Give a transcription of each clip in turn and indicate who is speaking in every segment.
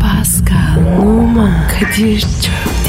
Speaker 1: Pascal, Oman, Kadir çok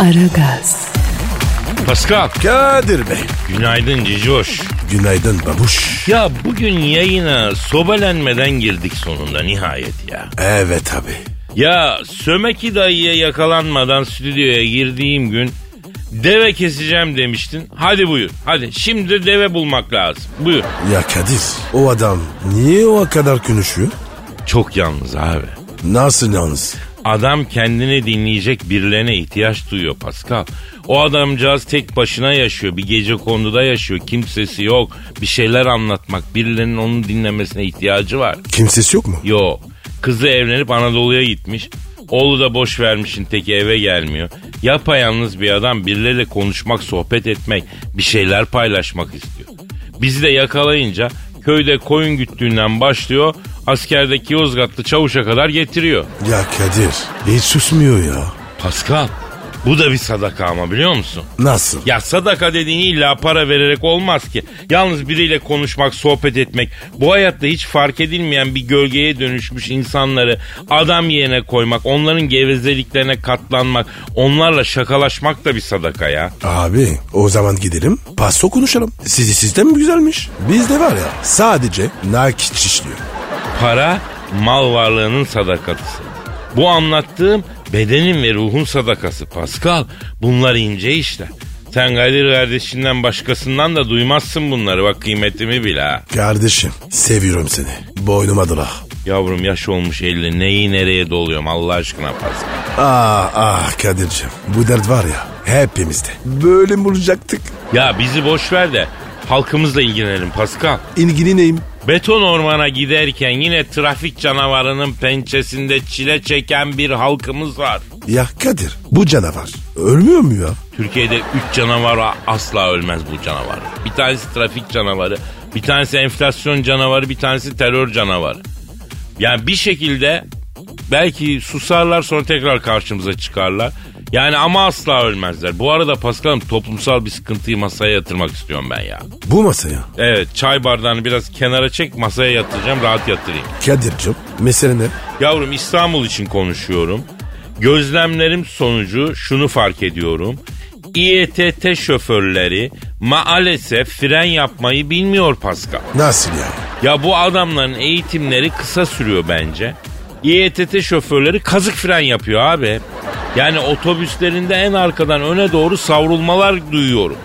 Speaker 1: Aragaz,
Speaker 2: Pascal.
Speaker 3: Kadir Bey.
Speaker 2: Günaydın Cicoş.
Speaker 3: Günaydın babuş.
Speaker 2: Ya bugün yayına sobelenmeden girdik sonunda nihayet ya.
Speaker 3: Evet abi.
Speaker 2: Ya Sömeki dayıya yakalanmadan stüdyoya girdiğim gün deve keseceğim demiştin. Hadi buyur. Hadi şimdi de deve bulmak lazım. Buyur.
Speaker 3: Ya Kadir o adam niye o kadar konuşuyor?
Speaker 2: Çok yalnız abi.
Speaker 3: Nasıl yalnız?
Speaker 2: Adam kendini dinleyecek birilerine ihtiyaç duyuyor Pascal. O adamcağız tek başına yaşıyor. Bir gece konduda yaşıyor. Kimsesi yok. Bir şeyler anlatmak. Birilerinin onu dinlemesine ihtiyacı var.
Speaker 3: Kimsesi yok mu?
Speaker 2: Yok. Kızı evlenip Anadolu'ya gitmiş. Oğlu da boş vermişin teki eve gelmiyor. Yapayalnız bir adam birileriyle konuşmak, sohbet etmek, bir şeyler paylaşmak istiyor. Bizi de yakalayınca köyde koyun güttüğünden başlıyor, askerdeki Yozgatlı çavuşa kadar getiriyor.
Speaker 3: Ya Kadir hiç susmuyor ya.
Speaker 2: Pascal, bu da bir sadaka ama biliyor musun?
Speaker 3: Nasıl?
Speaker 2: Ya sadaka dediğin illa para vererek olmaz ki. Yalnız biriyle konuşmak, sohbet etmek, bu hayatta hiç fark edilmeyen bir gölgeye dönüşmüş insanları adam yerine koymak, onların gevezeliklerine katlanmak, onlarla şakalaşmak da bir sadaka ya.
Speaker 3: Abi o zaman gidelim paso konuşalım. Sizi sistem güzelmiş. Bizde var ya sadece nakit işliyor.
Speaker 2: Para, mal varlığının sadakatısı. Bu anlattığım bedenin ve ruhun sadakası Pascal. Bunlar ince işler. Sen Kadir kardeşinden başkasından da duymazsın bunları bak kıymetimi bil ha.
Speaker 3: Kardeşim seviyorum seni. Boynuma dola.
Speaker 2: Yavrum yaş olmuş 50 neyi nereye doluyorum Allah aşkına Pascal.
Speaker 3: Ah ah Kadir'cim bu dert var ya hepimizde. Böyle mi olacaktık?
Speaker 2: Ya bizi boş ver de halkımızla ilgilenelim Pascal.
Speaker 3: İlgini neyim?
Speaker 2: Beton ormana giderken yine trafik canavarının pençesinde çile çeken bir halkımız var.
Speaker 3: Ya Kadir bu canavar ölmüyor mu ya?
Speaker 2: Türkiye'de 3 canavar asla ölmez bu canavar. Bir tanesi trafik canavarı, bir tanesi enflasyon canavarı, bir tanesi terör canavarı. Yani bir şekilde belki susarlar sonra tekrar karşımıza çıkarlar. Yani ama asla ölmezler. Bu arada Paskal'ım toplumsal bir sıkıntıyı masaya yatırmak istiyorum ben ya.
Speaker 3: Bu masaya.
Speaker 2: Evet çay bardağını biraz kenara çek masaya yatıracağım rahat yatırayım.
Speaker 3: Kadir'cim mesele ne?
Speaker 2: Yavrum İstanbul için konuşuyorum. Gözlemlerim sonucu şunu fark ediyorum. İETT şoförleri maalesef fren yapmayı bilmiyor Pascal.
Speaker 3: Nasıl ya?
Speaker 2: Ya bu adamların eğitimleri kısa sürüyor bence. İETT şoförleri kazık fren yapıyor abi. Yani otobüslerinde en arkadan öne doğru savrulmalar duyuyorum.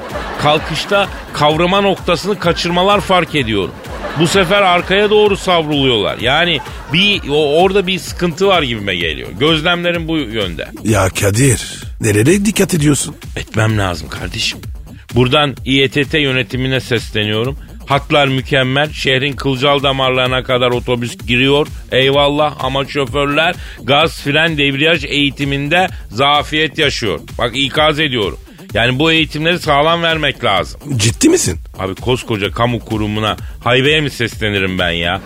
Speaker 2: Kalkışta kavrama noktasını kaçırmalar fark ediyorum. Bu sefer arkaya doğru savruluyorlar. Yani bir o- orada bir sıkıntı var gibime geliyor. Gözlemlerim bu yönde.
Speaker 3: Ya Kadir nereye dikkat ediyorsun?
Speaker 2: Etmem lazım kardeşim. Buradan İETT yönetimine sesleniyorum. Hatlar mükemmel. Şehrin kılcal damarlarına kadar otobüs giriyor. Eyvallah ama şoförler gaz fren debriyaj eğitiminde zafiyet yaşıyor. Bak ikaz ediyorum. Yani bu eğitimleri sağlam vermek lazım.
Speaker 3: Ciddi misin?
Speaker 2: Abi koskoca kamu kurumuna haybeye mi seslenirim ben ya?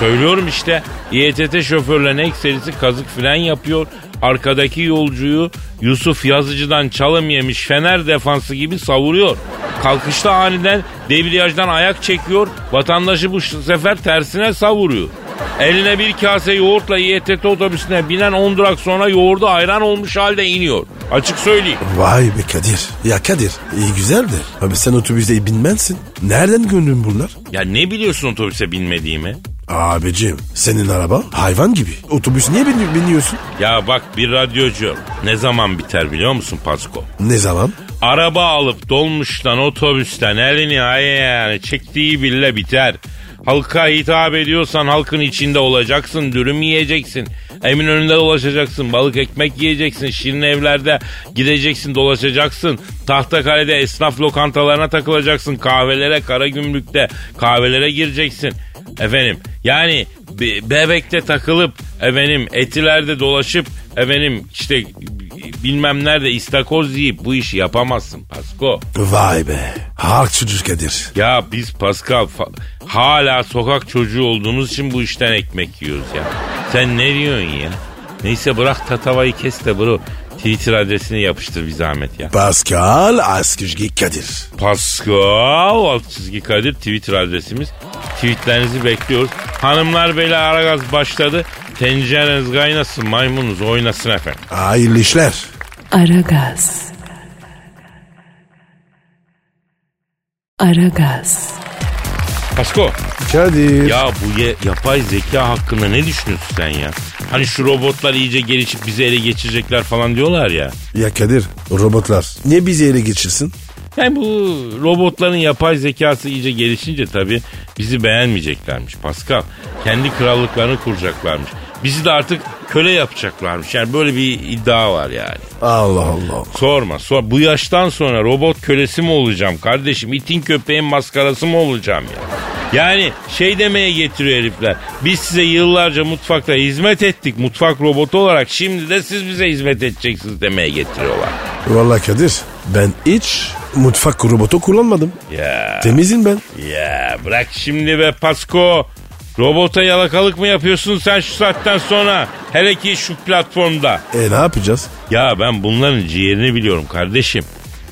Speaker 2: Söylüyorum işte İETT şoförlerin ekserisi kazık fren yapıyor. Arkadaki yolcuyu Yusuf Yazıcı'dan çalım yemiş fener defansı gibi savuruyor. Kalkışta aniden debriyajdan ayak çekiyor. Vatandaşı bu sefer tersine savuruyor. Eline bir kase yoğurtla İETT otobüsüne binen 10 durak sonra yoğurdu ayran olmuş halde iniyor. Açık söyleyeyim.
Speaker 3: Vay be Kadir. Ya Kadir iyi güzel de. Abi sen otobüste binmezsin. Nereden gördün bunlar?
Speaker 2: Ya ne biliyorsun otobüse binmediğimi?
Speaker 3: Abicim senin araba hayvan gibi. Otobüs niye bin- biniyorsun?
Speaker 2: Ya bak bir radyocu ne zaman biter biliyor musun Pasko?
Speaker 3: Ne zaman?
Speaker 2: Araba alıp dolmuştan otobüsten elini ayağını çektiği bile biter. Halka hitap ediyorsan halkın içinde olacaksın, dürüm yiyeceksin. Emin önünde dolaşacaksın, balık ekmek yiyeceksin, şirin evlerde gideceksin, dolaşacaksın. Tahtakale'de esnaf lokantalarına takılacaksın, kahvelere, karagümrükte kahvelere gireceksin. Efendim yani be- bebekte takılıp, efendim etilerde dolaşıp, efendim işte E, bilmem nerede istakoz yiyip bu işi yapamazsın Pasko.
Speaker 3: Vay be. Halk çocuk Kadir.
Speaker 2: Ya biz Pascal fa- hala sokak çocuğu olduğumuz için bu işten ekmek yiyoruz ya. Sen ne diyorsun ya? Neyse bırak tatavayı kes de bro. Twitter adresini yapıştır bir zahmet ya.
Speaker 3: Pascal Askışgi Kadir.
Speaker 2: Pascal alt çizgi Kadir Twitter adresimiz. Tweetlerinizi bekliyoruz. Hanımlar beyler Aragaz başladı. Tencereniz kaynasın maymununuz oynasın efendim.
Speaker 3: Hayırlı işler.
Speaker 1: Aragaz. Aragaz.
Speaker 2: Pasko
Speaker 3: Kadir.
Speaker 2: ya bu ye- yapay zeka hakkında ne düşünüyorsun sen ya? Hani şu robotlar iyice gelişip bizi ele geçirecekler falan diyorlar ya.
Speaker 3: Ya Kadir robotlar. Niye bizi ele geçirsin?
Speaker 2: Yani bu robotların yapay zekası iyice gelişince tabii bizi beğenmeyeceklermiş Pascal. Kendi krallıklarını kuracaklarmış. Bizi de artık köle yapacaklarmış. Yani böyle bir iddia var yani.
Speaker 3: Allah Allah.
Speaker 2: Sorma sor. Bu yaştan sonra robot kölesi mi olacağım kardeşim? İtin köpeğin maskarası mı olacağım ya? Yani şey demeye getiriyor herifler. Biz size yıllarca mutfakta hizmet ettik mutfak robotu olarak. Şimdi de siz bize hizmet edeceksiniz demeye getiriyorlar.
Speaker 3: Vallahi Kadir ben hiç mutfak robotu kullanmadım.
Speaker 2: Ya.
Speaker 3: Temizim ben.
Speaker 2: Ya bırak şimdi be Pasko. Robota yalakalık mı yapıyorsun sen şu saatten sonra? Hele ki şu platformda.
Speaker 3: E ne yapacağız?
Speaker 2: Ya ben bunların ciğerini biliyorum kardeşim.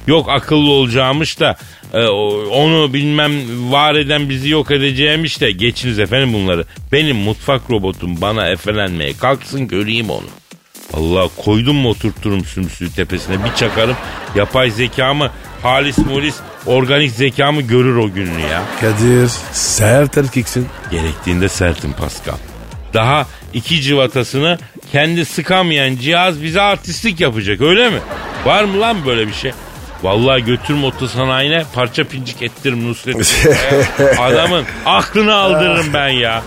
Speaker 2: Yok akıllı olacağımış da e, o- onu bilmem var eden bizi yok edeceğimiş de geçiniz efendim bunları. Benim mutfak robotum bana efelenmeye kalksın göreyim onu. Allah koydum mu oturturum sümsüğü tepesine bir çakarım yapay zekamı halis mulis organik zekamı görür o gününü ya.
Speaker 3: Kadir sert erkeksin.
Speaker 2: Gerektiğinde sertim Pascal. Daha iki civatasını kendi sıkamayan cihaz bize artistlik yapacak öyle mi? Var mı lan böyle bir şey? Vallahi götürüm otosanayine parça pincik ettiririm Nusret. Adamın aklını aldırırım ben ya.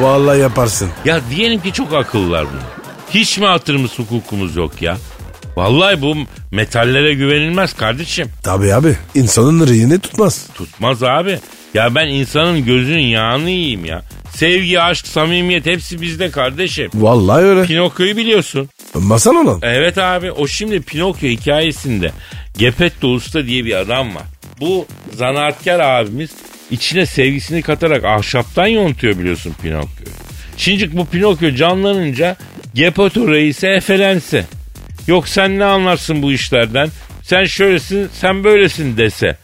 Speaker 3: Vallahi yaparsın.
Speaker 2: Ya diyelim ki çok akıllılar bunlar. Hiç mi hatırımız hukukumuz yok ya? Vallahi bu metallere güvenilmez kardeşim.
Speaker 3: Tabii abi insanın reyini tutmaz.
Speaker 2: Tutmaz abi. Ya ben insanın gözünün yağını yiyeyim ya. Sevgi, aşk, samimiyet hepsi bizde kardeşim.
Speaker 3: Vallahi öyle.
Speaker 2: Pinokyo'yu biliyorsun.
Speaker 3: Masal olan.
Speaker 2: Evet abi o şimdi Pinokyo hikayesinde Gepetto Usta diye bir adam var. Bu zanaatkar abimiz içine sevgisini katarak ahşaptan yontuyor biliyorsun Pinokyo'yu. Şimdi bu Pinokyo canlanınca Gepetto reise efelense. Yok sen ne anlarsın bu işlerden? Sen şöylesin, sen böylesin dese.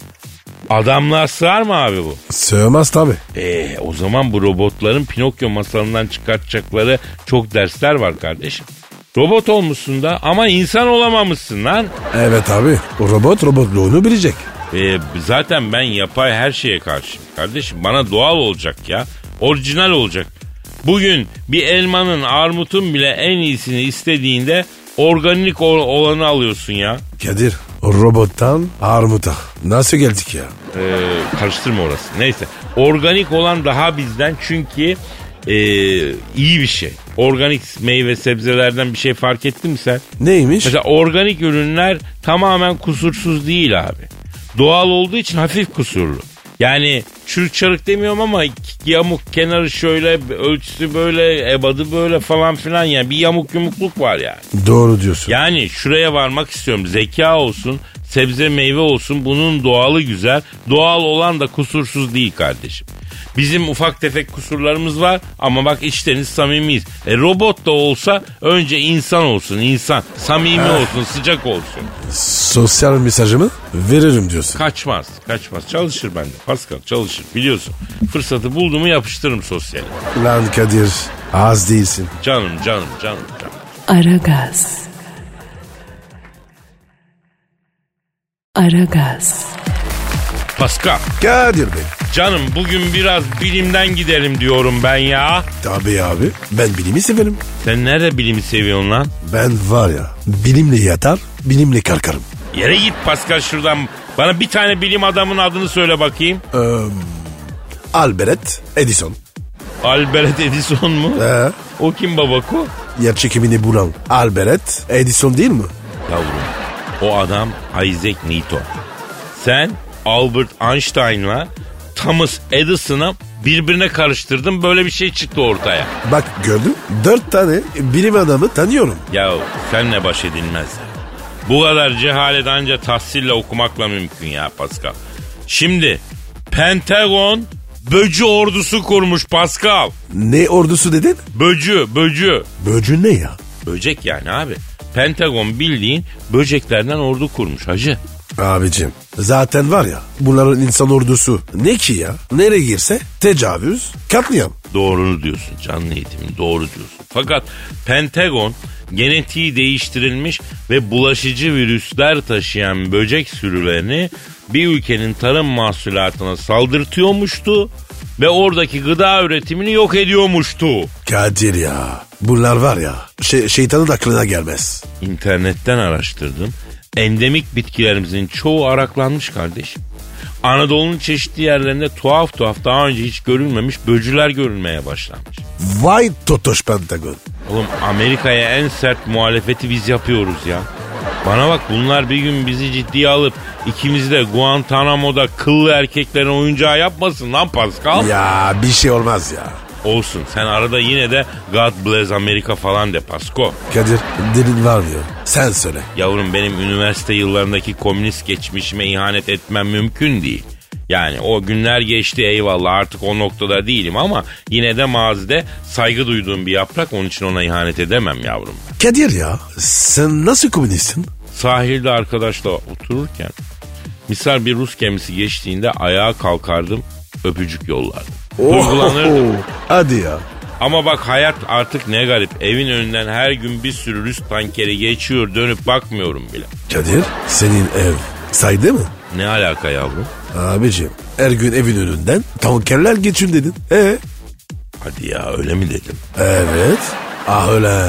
Speaker 2: Adamla sığar mı abi bu?
Speaker 3: Sığmaz tabii.
Speaker 2: Ee, o zaman bu robotların Pinokyo masalından çıkartacakları çok dersler var kardeşim. Robot olmuşsun da ama insan olamamışsın lan.
Speaker 3: Evet abi. Robot robotluğunu bilecek.
Speaker 2: Ee, zaten ben yapay her şeye karşıyım kardeşim. Bana doğal olacak ya. Orijinal olacak. Bugün bir elmanın, armutun bile en iyisini istediğinde organik ol- olanı alıyorsun ya.
Speaker 3: Kadir robottan armuta. Nasıl geldik ya?
Speaker 2: Ee, karıştırma orası. Neyse. Organik olan daha bizden çünkü ee, iyi bir şey. Organik meyve sebzelerden bir şey fark ettin mi sen?
Speaker 3: Neymiş?
Speaker 2: Mesela organik ürünler tamamen kusursuz değil abi. Doğal olduğu için hafif kusurlu. Yani çürük çarık demiyorum ama yamuk kenarı şöyle ölçüsü böyle ebadı böyle falan filan yani bir yamuk yumukluk var yani.
Speaker 3: Doğru diyorsun.
Speaker 2: Yani şuraya varmak istiyorum. Zeka olsun, sebze meyve olsun. Bunun doğalı güzel. Doğal olan da kusursuz değil kardeşim. Bizim ufak tefek kusurlarımız var ama bak içteniz samimiyiz. E, robot da olsa önce insan olsun insan. Samimi olsun sıcak olsun.
Speaker 3: Sosyal mesajımı veririm diyorsun.
Speaker 2: Kaçmaz kaçmaz çalışır bende Pascal çalışır biliyorsun. Fırsatı buldu mu yapıştırırım sosyale.
Speaker 3: Lan Kadir az değilsin.
Speaker 2: Canım canım canım canım.
Speaker 1: Aragaz. Aragaz.
Speaker 2: Pascal
Speaker 3: Kadir Bey.
Speaker 2: canım bugün biraz bilimden gidelim diyorum ben ya.
Speaker 3: Tabii abi. Ben bilimi severim.
Speaker 2: Sen nerede bilimi seviyorsun lan?
Speaker 3: Ben var ya bilimle yatar, bilimle kalkarım.
Speaker 2: Yere git Pascal şuradan. Bana bir tane bilim adamının adını söyle bakayım.
Speaker 3: Albert Edison.
Speaker 2: Albert Edison mu?
Speaker 3: He.
Speaker 2: O kim babako?
Speaker 3: Yer çekimini bulan Albert Edison değil mi?
Speaker 2: Yavrum o adam Isaac Newton. Sen Albert Einstein'la Thomas Edison'ı birbirine karıştırdın böyle bir şey çıktı ortaya.
Speaker 3: Bak gördün dört tane bilim adamı tanıyorum.
Speaker 2: Ya senle baş edilmez. Bu kadar cehalet anca tahsille okumakla mümkün ya Pascal. Şimdi Pentagon böcü ordusu kurmuş Pascal.
Speaker 3: Ne ordusu dedin?
Speaker 2: Böcü, böcü.
Speaker 3: Böcün ne ya?
Speaker 2: Böcek yani abi. Pentagon bildiğin böceklerden ordu kurmuş hacı.
Speaker 3: Abicim zaten var ya bunların insan ordusu ne ki ya? Nereye girse tecavüz katliam.
Speaker 2: Doğrunu diyorsun canlı eğitimin doğru diyorsun. Fakat Pentagon genetiği değiştirilmiş ve bulaşıcı virüsler taşıyan böcek sürülerini bir ülkenin tarım mahsulatına saldırtıyormuştu ve oradaki gıda üretimini yok ediyormuştu.
Speaker 3: Kadir ya bunlar var ya şey, şeytanın aklına gelmez.
Speaker 2: İnternetten araştırdım. Endemik bitkilerimizin çoğu araklanmış kardeşim. Anadolu'nun çeşitli yerlerinde tuhaf tuhaf daha önce hiç görülmemiş böcüler görülmeye başlanmış.
Speaker 3: Vay Totoş Pentagon.
Speaker 2: Oğlum Amerika'ya en sert muhalefeti biz yapıyoruz ya. Bana bak bunlar bir gün bizi ciddiye alıp ikimizi de Guantanamo'da kıllı erkeklerin oyuncağı yapmasın lan Pascal.
Speaker 3: Ya bir şey olmaz ya.
Speaker 2: Olsun sen arada yine de God bless Amerika falan de Pasko.
Speaker 3: Kadir dilin var mı? ya? Sen söyle.
Speaker 2: Yavrum benim üniversite yıllarındaki komünist geçmişime ihanet etmem mümkün değil. Yani o günler geçti eyvallah artık o noktada değilim ama yine de mazide saygı duyduğum bir yaprak onun için ona ihanet edemem yavrum.
Speaker 3: Kadir ya sen nasıl komünistsin?
Speaker 2: sahilde arkadaşla otururken misal bir Rus gemisi geçtiğinde ayağa kalkardım öpücük yollardım. Oh.
Speaker 3: Oh!
Speaker 2: Duygulanırdım.
Speaker 3: Oho, Hadi ya.
Speaker 2: Ama bak hayat artık ne garip. Evin önünden her gün bir sürü Rus tankeri geçiyor dönüp bakmıyorum bile.
Speaker 3: Kadir senin ev saydı mı?
Speaker 2: Ne alaka yavrum?
Speaker 3: Abicim her gün evin önünden tankerler geçin dedin. E
Speaker 2: Hadi ya öyle mi dedim?
Speaker 3: Evet. Ah öyle.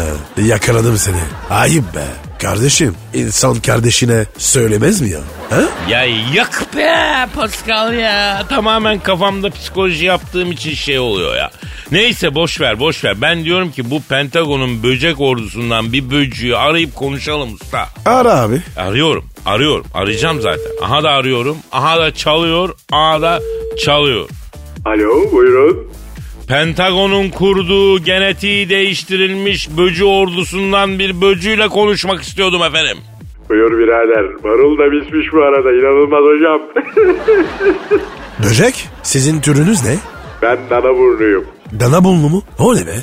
Speaker 3: Yakaladım seni. Ayıp be. Kardeşim insan kardeşine söylemez mi ya? Ha?
Speaker 2: Ya yak be Pascal ya. Tamamen kafamda psikoloji yaptığım için şey oluyor ya. Neyse boş ver boş ver. Ben diyorum ki bu Pentagon'un böcek ordusundan bir böcüğü arayıp konuşalım usta.
Speaker 3: Ara abi.
Speaker 2: Arıyorum, arıyorum. Arayacağım zaten. Aha da arıyorum, aha da çalıyor, aha da çalıyor.
Speaker 4: Alo buyurun.
Speaker 2: Pentagon'un kurduğu genetiği değiştirilmiş böcü ordusundan bir böcüyle konuşmak istiyordum efendim.
Speaker 4: Buyur birader. Marul da pişmiş bu arada. inanılmaz hocam.
Speaker 3: Böcek sizin türünüz ne?
Speaker 4: ben dana burnuyum.
Speaker 3: Dana bulnu mu? O ne be?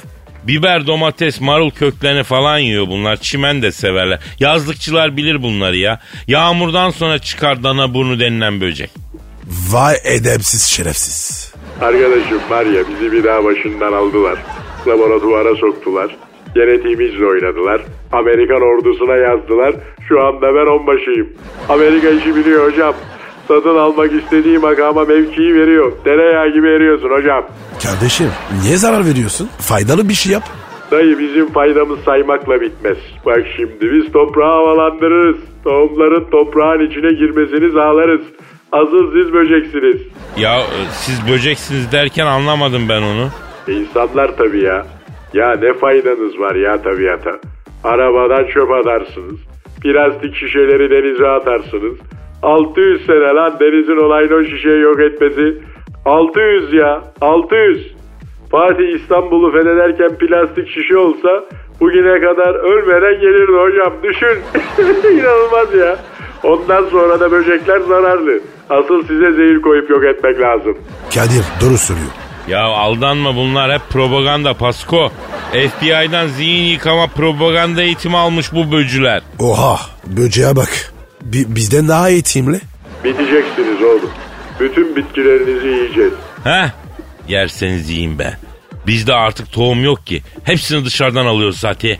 Speaker 2: Biber, domates, marul köklerini falan yiyor bunlar. Çimen de severler. Yazlıkçılar bilir bunları ya. Yağmurdan sonra çıkar dana burnu denilen böcek.
Speaker 3: Vay edepsiz şerefsiz.
Speaker 4: Arkadaşım var ya bizi bir daha başından aldılar. Laboratuvara soktular. Genetiğimizle oynadılar. Amerikan ordusuna yazdılar. Şu anda ben onbaşıyım. Amerika işi biliyor hocam. Satın almak istediği makama mevkiyi veriyor. Tereyağı gibi eriyorsun hocam.
Speaker 3: Kardeşim niye zarar veriyorsun? Faydalı bir şey yap.
Speaker 4: Dayı bizim faydamız saymakla bitmez. Bak şimdi biz toprağı havalandırırız. Tohumların toprağın içine girmesini sağlarız. Asıl siz böceksiniz.
Speaker 2: Ya e, siz böceksiniz derken anlamadım ben onu.
Speaker 4: İnsanlar tabii ya. Ya ne faydanız var ya tabiata. Arabadan çöp atarsınız. Plastik şişeleri denize atarsınız. 600 sene lan denizin olayını o şişeyi yok etmesi. 600 ya 600. Fatih İstanbul'u fethederken plastik şişe olsa bugüne kadar ölmeden gelirdi hocam. Düşün. İnanılmaz ya. Ondan sonra da böcekler zararlı. Asıl size zehir koyup yok etmek lazım.
Speaker 3: Kadir doğru söylüyor.
Speaker 2: Ya aldanma bunlar hep propaganda Pasko. FBI'dan zihin yıkama propaganda eğitimi almış bu böcüler.
Speaker 3: Oha böceğe bak. Bi- bizden daha eğitimli.
Speaker 4: Biteceksiniz oğlum. Bütün bitkilerinizi yiyeceğiz.
Speaker 2: Heh yerseniz yiyin be. Bizde artık tohum yok ki. Hepsini dışarıdan alıyoruz zaten.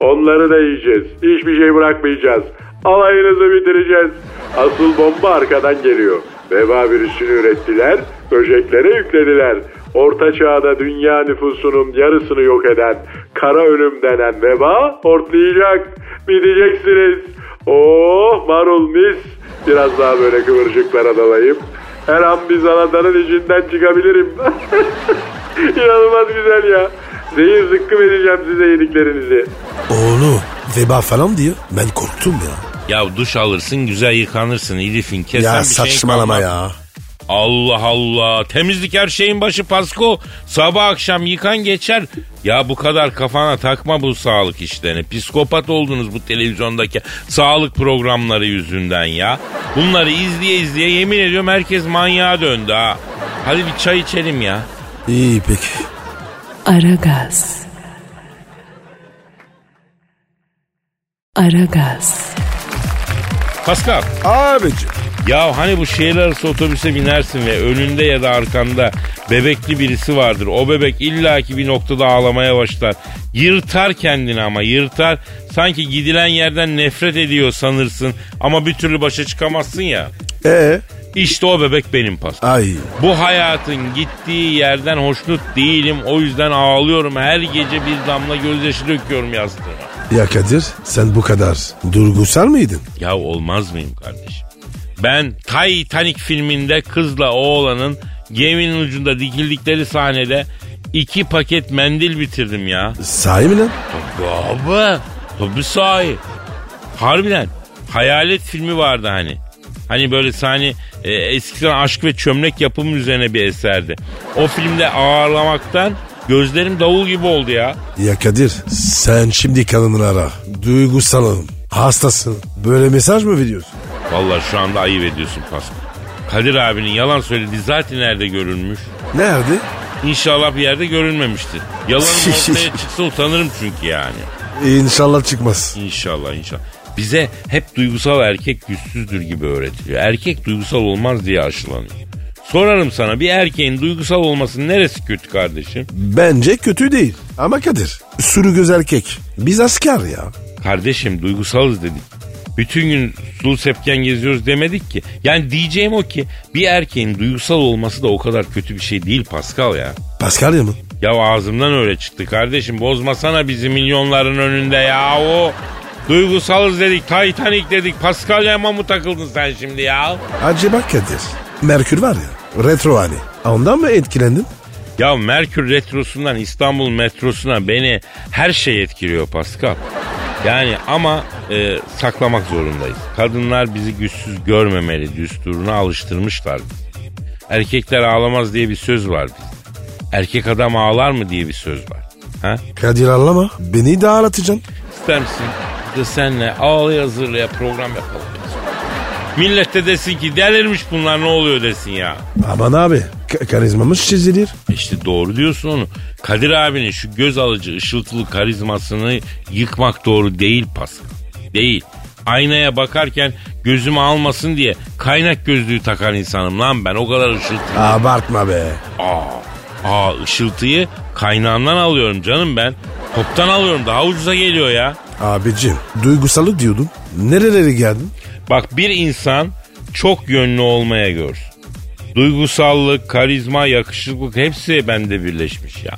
Speaker 4: Onları da yiyeceğiz. Hiçbir şey bırakmayacağız. Alayınızı bitireceğiz. Asıl bomba arkadan geliyor. Veba virüsünü ürettiler, böceklere yüklediler. Orta çağda dünya nüfusunun yarısını yok eden, kara ölüm denen veba hortlayacak. Biteceksiniz. Oh marul mis. Biraz daha böyle kıvırcıklara dalayım. Her an bir zanatanın içinden çıkabilirim. İnanılmaz güzel ya. Zehir zıkkım edeceğim size yediklerinizi.
Speaker 3: Oğlum veba falan diyor. Ben korktum ya.
Speaker 2: Ya duş alırsın güzel yıkanırsın Elif'in kesen
Speaker 3: ya
Speaker 2: bir şeyin
Speaker 3: saçmalama
Speaker 2: kalmaz.
Speaker 3: ya.
Speaker 2: Allah Allah. Temizlik her şeyin başı Pasko. Sabah akşam yıkan geçer. Ya bu kadar kafana takma bu sağlık işlerini. Psikopat oldunuz bu televizyondaki sağlık programları yüzünden ya. Bunları izleye izleye yemin ediyorum herkes manyağa döndü ha. Hadi bir çay içelim ya.
Speaker 3: İyi peki.
Speaker 1: Aragaz. Aragaz.
Speaker 2: Pascal.
Speaker 3: Abici.
Speaker 2: Ya hani bu şehir arası otobüse binersin ve önünde ya da arkanda bebekli birisi vardır. O bebek illaki bir noktada ağlamaya başlar. Yırtar kendini ama yırtar. Sanki gidilen yerden nefret ediyor sanırsın ama bir türlü başa çıkamazsın ya.
Speaker 3: Ee?
Speaker 2: İşte o bebek benim pas.
Speaker 3: Ay.
Speaker 2: Bu hayatın gittiği yerden hoşnut değilim. O yüzden ağlıyorum. Her gece bir damla gözyaşı döküyorum yastığa.
Speaker 3: Ya Kadir sen bu kadar durgusal mıydın?
Speaker 2: Ya olmaz mıyım kardeşim? Ben Titanic filminde kızla oğlanın geminin ucunda dikildikleri sahnede iki paket mendil bitirdim ya.
Speaker 3: Sahi mi lan?
Speaker 2: Baba. Tabii sahi. Harbiden hayalet filmi vardı hani. Hani böyle sahne e, eskiden aşk ve çömlek yapımı üzerine bir eserdi. O filmde ağırlamaktan gözlerim davul gibi oldu ya.
Speaker 3: Ya Kadir sen şimdi kadınlara duygusalım, hastasın. Böyle mesaj mı veriyorsun?
Speaker 2: Vallahi şu anda ayıp ediyorsun Pascal. Kadir abinin yalan söylediği zaten nerede görülmüş?
Speaker 3: Nerede?
Speaker 2: İnşallah bir yerde görünmemiştir. Yalanım ortaya çıksa utanırım çünkü yani.
Speaker 3: İnşallah çıkmaz.
Speaker 2: İnşallah inşallah. Bize hep duygusal erkek güçsüzdür gibi öğretiliyor. Erkek duygusal olmaz diye aşılanıyor. Sorarım sana bir erkeğin duygusal olmasının neresi kötü kardeşim?
Speaker 3: Bence kötü değil. Ama Kadir sürü göz erkek. Biz asker ya.
Speaker 2: Kardeşim duygusalız dedik. Bütün gün sulu sepken geziyoruz demedik ki. Yani diyeceğim o ki bir erkeğin duygusal olması da o kadar kötü bir şey değil Pascal ya.
Speaker 3: Paskalya mı?
Speaker 2: Ya ağzımdan öyle çıktı kardeşim. Bozmasana bizi milyonların önünde ya o. Duygusalız dedik, Titanic dedik. Pascal mı mı takıldın sen şimdi ya?
Speaker 3: Acaba Kadir. Merkür var ya. Retro hani. Ondan mı etkilendin?
Speaker 2: Ya Merkür Retrosu'ndan İstanbul metrosuna beni her şey etkiliyor Pascal. Yani ama e, saklamak zorundayız. Kadınlar bizi güçsüz görmemeli düsturuna alıştırmışlar. bizi. Erkekler ağlamaz diye bir söz var bizde. Erkek adam ağlar mı diye bir söz var. Ha?
Speaker 3: Kadir anlama. Beni de ağlatacaksın.
Speaker 2: İster misin? De senle ağlaya hazırlaya program yapalım. Millet de desin ki delirmiş bunlar ne oluyor desin ya.
Speaker 3: Aman abi. Ka- karizmamız çizilir.
Speaker 2: İşte doğru diyorsun onu. Kadir abinin şu göz alıcı ışıltılı karizmasını yıkmak doğru değil Pascal. Değil. Aynaya bakarken gözümü almasın diye kaynak gözlüğü takan insanım lan ben. O kadar ışıltı.
Speaker 3: Abartma be.
Speaker 2: Aa, aa ışıltıyı kaynağından alıyorum canım ben. Toptan alıyorum daha ucuza geliyor ya.
Speaker 3: Abicim duygusalık diyordun. Nerelere geldin?
Speaker 2: Bak bir insan çok yönlü olmaya görsün. Duygusallık, karizma, yakışıklık hepsi bende birleşmiş ya.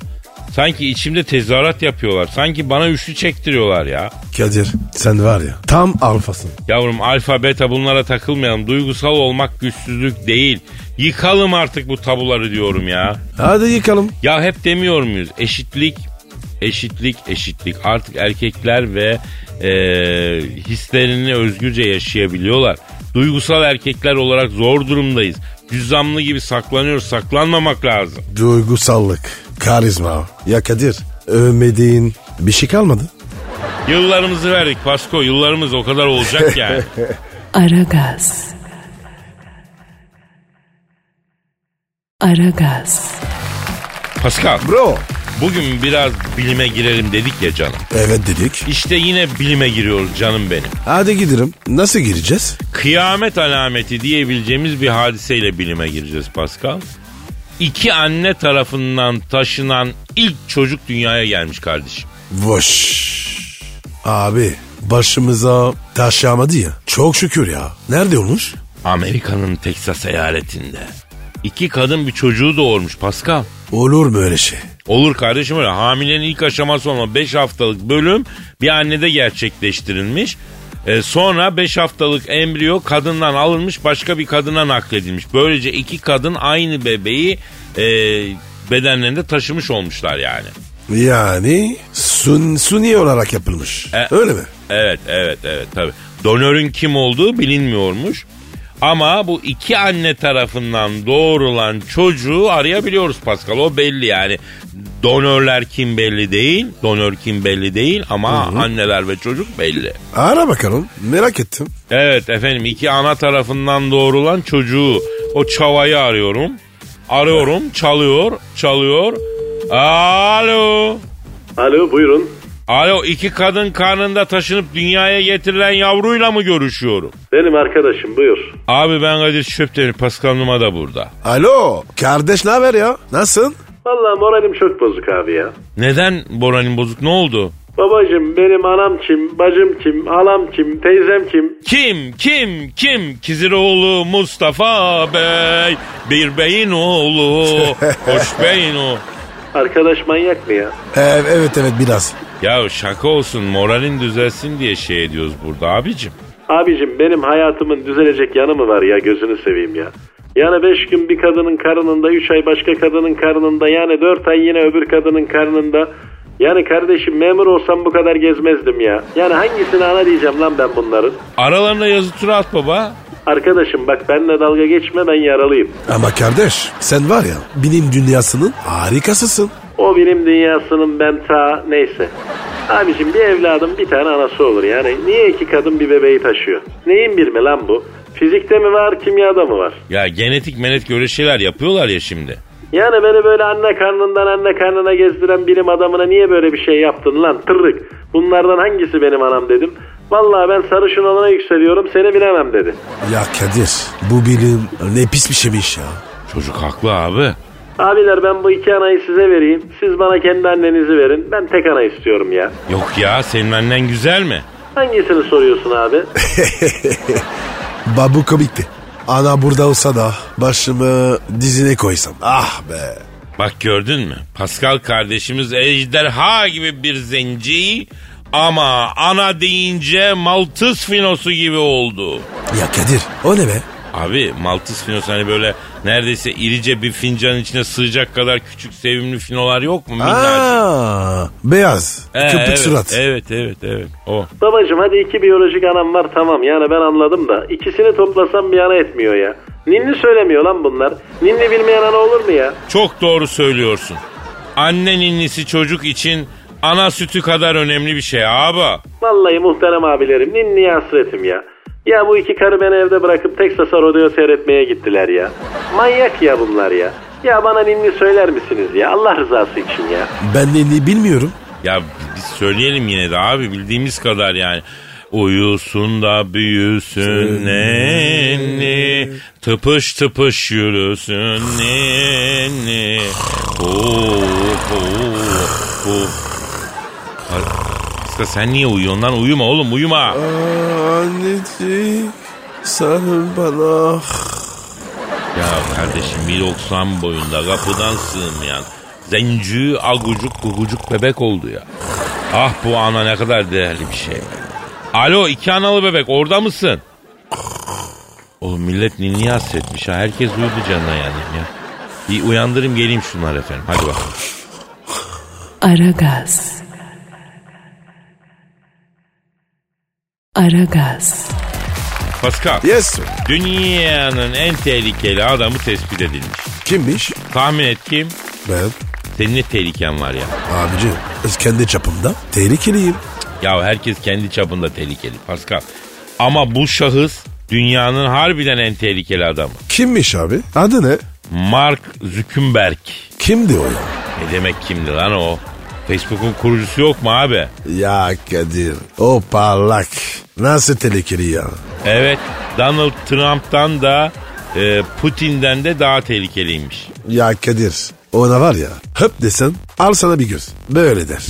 Speaker 2: Sanki içimde tezahürat yapıyorlar. Sanki bana üçlü çektiriyorlar ya.
Speaker 3: Kadir sen var ya tam alfasın.
Speaker 2: Yavrum alfa beta bunlara takılmayalım. Duygusal olmak güçsüzlük değil. Yıkalım artık bu tabuları diyorum ya.
Speaker 3: Hadi yıkalım.
Speaker 2: Ya hep demiyor muyuz? Eşitlik, eşitlik, eşitlik. Artık erkekler ve e, hislerini özgürce yaşayabiliyorlar. Duygusal erkekler olarak zor durumdayız. Cüzdanlı gibi saklanıyoruz. Saklanmamak lazım.
Speaker 3: Duygusallık, karizma. Ya Kadir övmediğin bir şey kalmadı.
Speaker 2: Yıllarımızı verdik Pasko. Yıllarımız o kadar olacak yani.
Speaker 1: Aragaz. Aragaz.
Speaker 2: Pascal
Speaker 3: Bro.
Speaker 2: bugün biraz bilime girelim dedik ya canım.
Speaker 3: Evet dedik.
Speaker 2: İşte yine bilime giriyoruz canım benim.
Speaker 3: Hadi gidelim. Nasıl gireceğiz?
Speaker 2: kıyamet alameti diyebileceğimiz bir hadiseyle bilime gireceğiz Pascal. İki anne tarafından taşınan ilk çocuk dünyaya gelmiş kardeşim.
Speaker 3: Voş. Abi başımıza taş yağmadı ya. Çok şükür ya. Nerede olmuş?
Speaker 2: Amerika'nın Teksas eyaletinde. İki kadın bir çocuğu doğurmuş Pascal.
Speaker 3: Olur mu öyle şey?
Speaker 2: Olur kardeşim öyle. Hamilenin ilk aşaması olan 5 haftalık bölüm bir annede gerçekleştirilmiş. E, sonra 5 haftalık embriyo kadından alınmış başka bir kadına nakledilmiş. Böylece iki kadın aynı bebeği e, bedenlerinde taşımış olmuşlar yani.
Speaker 3: Yani sun, suni olarak yapılmış.
Speaker 2: E-
Speaker 3: Öyle mi?
Speaker 2: Evet evet evet tabi. Donörün kim olduğu bilinmiyormuş. Ama bu iki anne tarafından doğrulan çocuğu arayabiliyoruz Pascal. O belli yani. Donörler kim belli değil. Donör kim belli değil ama anneler ve çocuk belli.
Speaker 3: Ara bakalım. Merak ettim.
Speaker 2: Evet efendim iki ana tarafından doğrulan çocuğu o çavayı arıyorum. Arıyorum çalıyor çalıyor. Alo.
Speaker 4: Alo buyurun.
Speaker 2: Alo iki kadın karnında taşınıp dünyaya getirilen yavruyla mı görüşüyorum?
Speaker 4: Benim arkadaşım buyur.
Speaker 2: Abi ben Kadir Çöpleri Pascal Numa da burada.
Speaker 3: Alo. Kardeş ne haber ya? Nasılsın?
Speaker 4: Vallahi moralim çok bozuk abi ya.
Speaker 2: Neden moralin bozuk ne oldu?
Speaker 4: Babacım benim anam kim, bacım kim, halam kim, teyzem kim?
Speaker 2: Kim kim kim Kiziroğlu Mustafa Bey bir beyin oğlu hoş beyin o.
Speaker 4: Arkadaş manyak mı ya?
Speaker 3: E, evet evet biraz.
Speaker 2: Ya şaka olsun moralin düzelsin diye şey ediyoruz burada abicim.
Speaker 4: Abicim benim hayatımın düzelecek yanı mı var ya gözünü seveyim ya. Yani beş gün bir kadının karnında, üç ay başka kadının karnında, yani dört ay yine öbür kadının karnında. Yani kardeşim memur olsam bu kadar gezmezdim ya. Yani hangisini ana diyeceğim lan ben bunların?
Speaker 2: Aralarında yazı tura at baba.
Speaker 4: Arkadaşım bak benimle dalga geçme ben yaralıyım.
Speaker 3: Ama kardeş sen var ya bilim dünyasının harikasısın.
Speaker 4: O benim dünyasının ben ta neyse. Abicim bir evladım bir tane anası olur yani. Niye iki kadın bir bebeği taşıyor? Neyin bir mi lan bu? Fizikte mi var, kimyada mı var?
Speaker 2: Ya genetik menet göre şeyler yapıyorlar ya şimdi.
Speaker 4: Yani beni böyle anne karnından anne karnına gezdiren bilim adamına niye böyle bir şey yaptın lan tırrık? Bunlardan hangisi benim anam dedim. Vallahi ben sarışın olana yükseliyorum seni bilemem dedi.
Speaker 3: Ya Kadir bu bilim ne pis bir şeymiş ya.
Speaker 2: Çocuk haklı abi.
Speaker 4: Abiler ben bu iki anayı size vereyim. Siz bana kendi annenizi verin. Ben tek ana istiyorum ya.
Speaker 2: Yok ya senin annen güzel mi?
Speaker 4: Hangisini soruyorsun abi?
Speaker 3: Babu komikti. Ana burada olsa da başımı dizine koysam. Ah be.
Speaker 2: Bak gördün mü? Pascal kardeşimiz ejderha gibi bir zenci ama ana deyince Maltız finosu gibi oldu.
Speaker 3: Ya Kadir o ne be?
Speaker 2: Abi Maltız finosu hani böyle neredeyse irice bir fincanın içine sığacak kadar küçük sevimli finolar yok mu? Minnacık.
Speaker 3: Aa, beyaz.
Speaker 2: Ee,
Speaker 3: Köpük
Speaker 2: evet,
Speaker 3: surat.
Speaker 2: Evet evet evet o.
Speaker 4: Babacım hadi iki biyolojik anam var tamam yani ben anladım da ikisini toplasam bir ana etmiyor ya. Ninni söylemiyor lan bunlar. Ninni bilmeyen ana olur mu ya?
Speaker 2: Çok doğru söylüyorsun. Anne ninnisi çocuk için ana sütü kadar önemli bir şey abi.
Speaker 4: Vallahi muhterem abilerim ninniye hasretim ya. Ya bu iki karı beni evde bırakıp Texas'a rodeo seyretmeye gittiler ya. Manyak ya bunlar ya. Ya bana ninni söyler misiniz ya Allah rızası için ya.
Speaker 3: Ben de ne bilmiyorum.
Speaker 2: Ya biz söyleyelim yine de abi bildiğimiz kadar yani. Uyusun da büyüsün nenni, tıpış tıpış yürüsün nenni. Oo, oo, oo. Kıska sen niye uyuyorsun lan? Uyuma oğlum uyuma.
Speaker 3: Anneciğim sen bana.
Speaker 2: Ya kardeşim 1.90 boyunda kapıdan sığmayan zenci agucuk gugucuk bebek oldu ya. Ah bu ana ne kadar değerli bir şey. Alo iki analı bebek orada mısın? Oğlum millet ninni hasretmiş ha. Herkes uyudu canına yani ya. Bir uyandırayım geleyim şunlar efendim. Hadi bak.
Speaker 1: Aragaz. Aragaz.
Speaker 2: Pascal.
Speaker 3: Yes sir.
Speaker 2: Dünyanın en tehlikeli adamı tespit edilmiş.
Speaker 3: Kimmiş?
Speaker 2: Tahmin et kim?
Speaker 3: Ben.
Speaker 2: Senin ne tehliken var ya.
Speaker 3: Abicim kendi çapımda tehlikeliyim.
Speaker 2: Ya herkes kendi çapında tehlikeli Pascal. Ama bu şahıs dünyanın harbiden en tehlikeli adamı.
Speaker 3: Kimmiş abi? Adı ne?
Speaker 2: Mark Zuckerberg.
Speaker 3: Kimdi o ya?
Speaker 2: Ne demek kimdi lan o? Facebook'un kurucusu yok mu abi?
Speaker 3: Ya Kadir o parlak. Nasıl tehlikeli ya?
Speaker 2: Evet Donald Trump'tan da e, Putin'den de daha tehlikeliymiş.
Speaker 3: Ya Kadir ona var ya hıp desen al sana bir göz. Böyle der.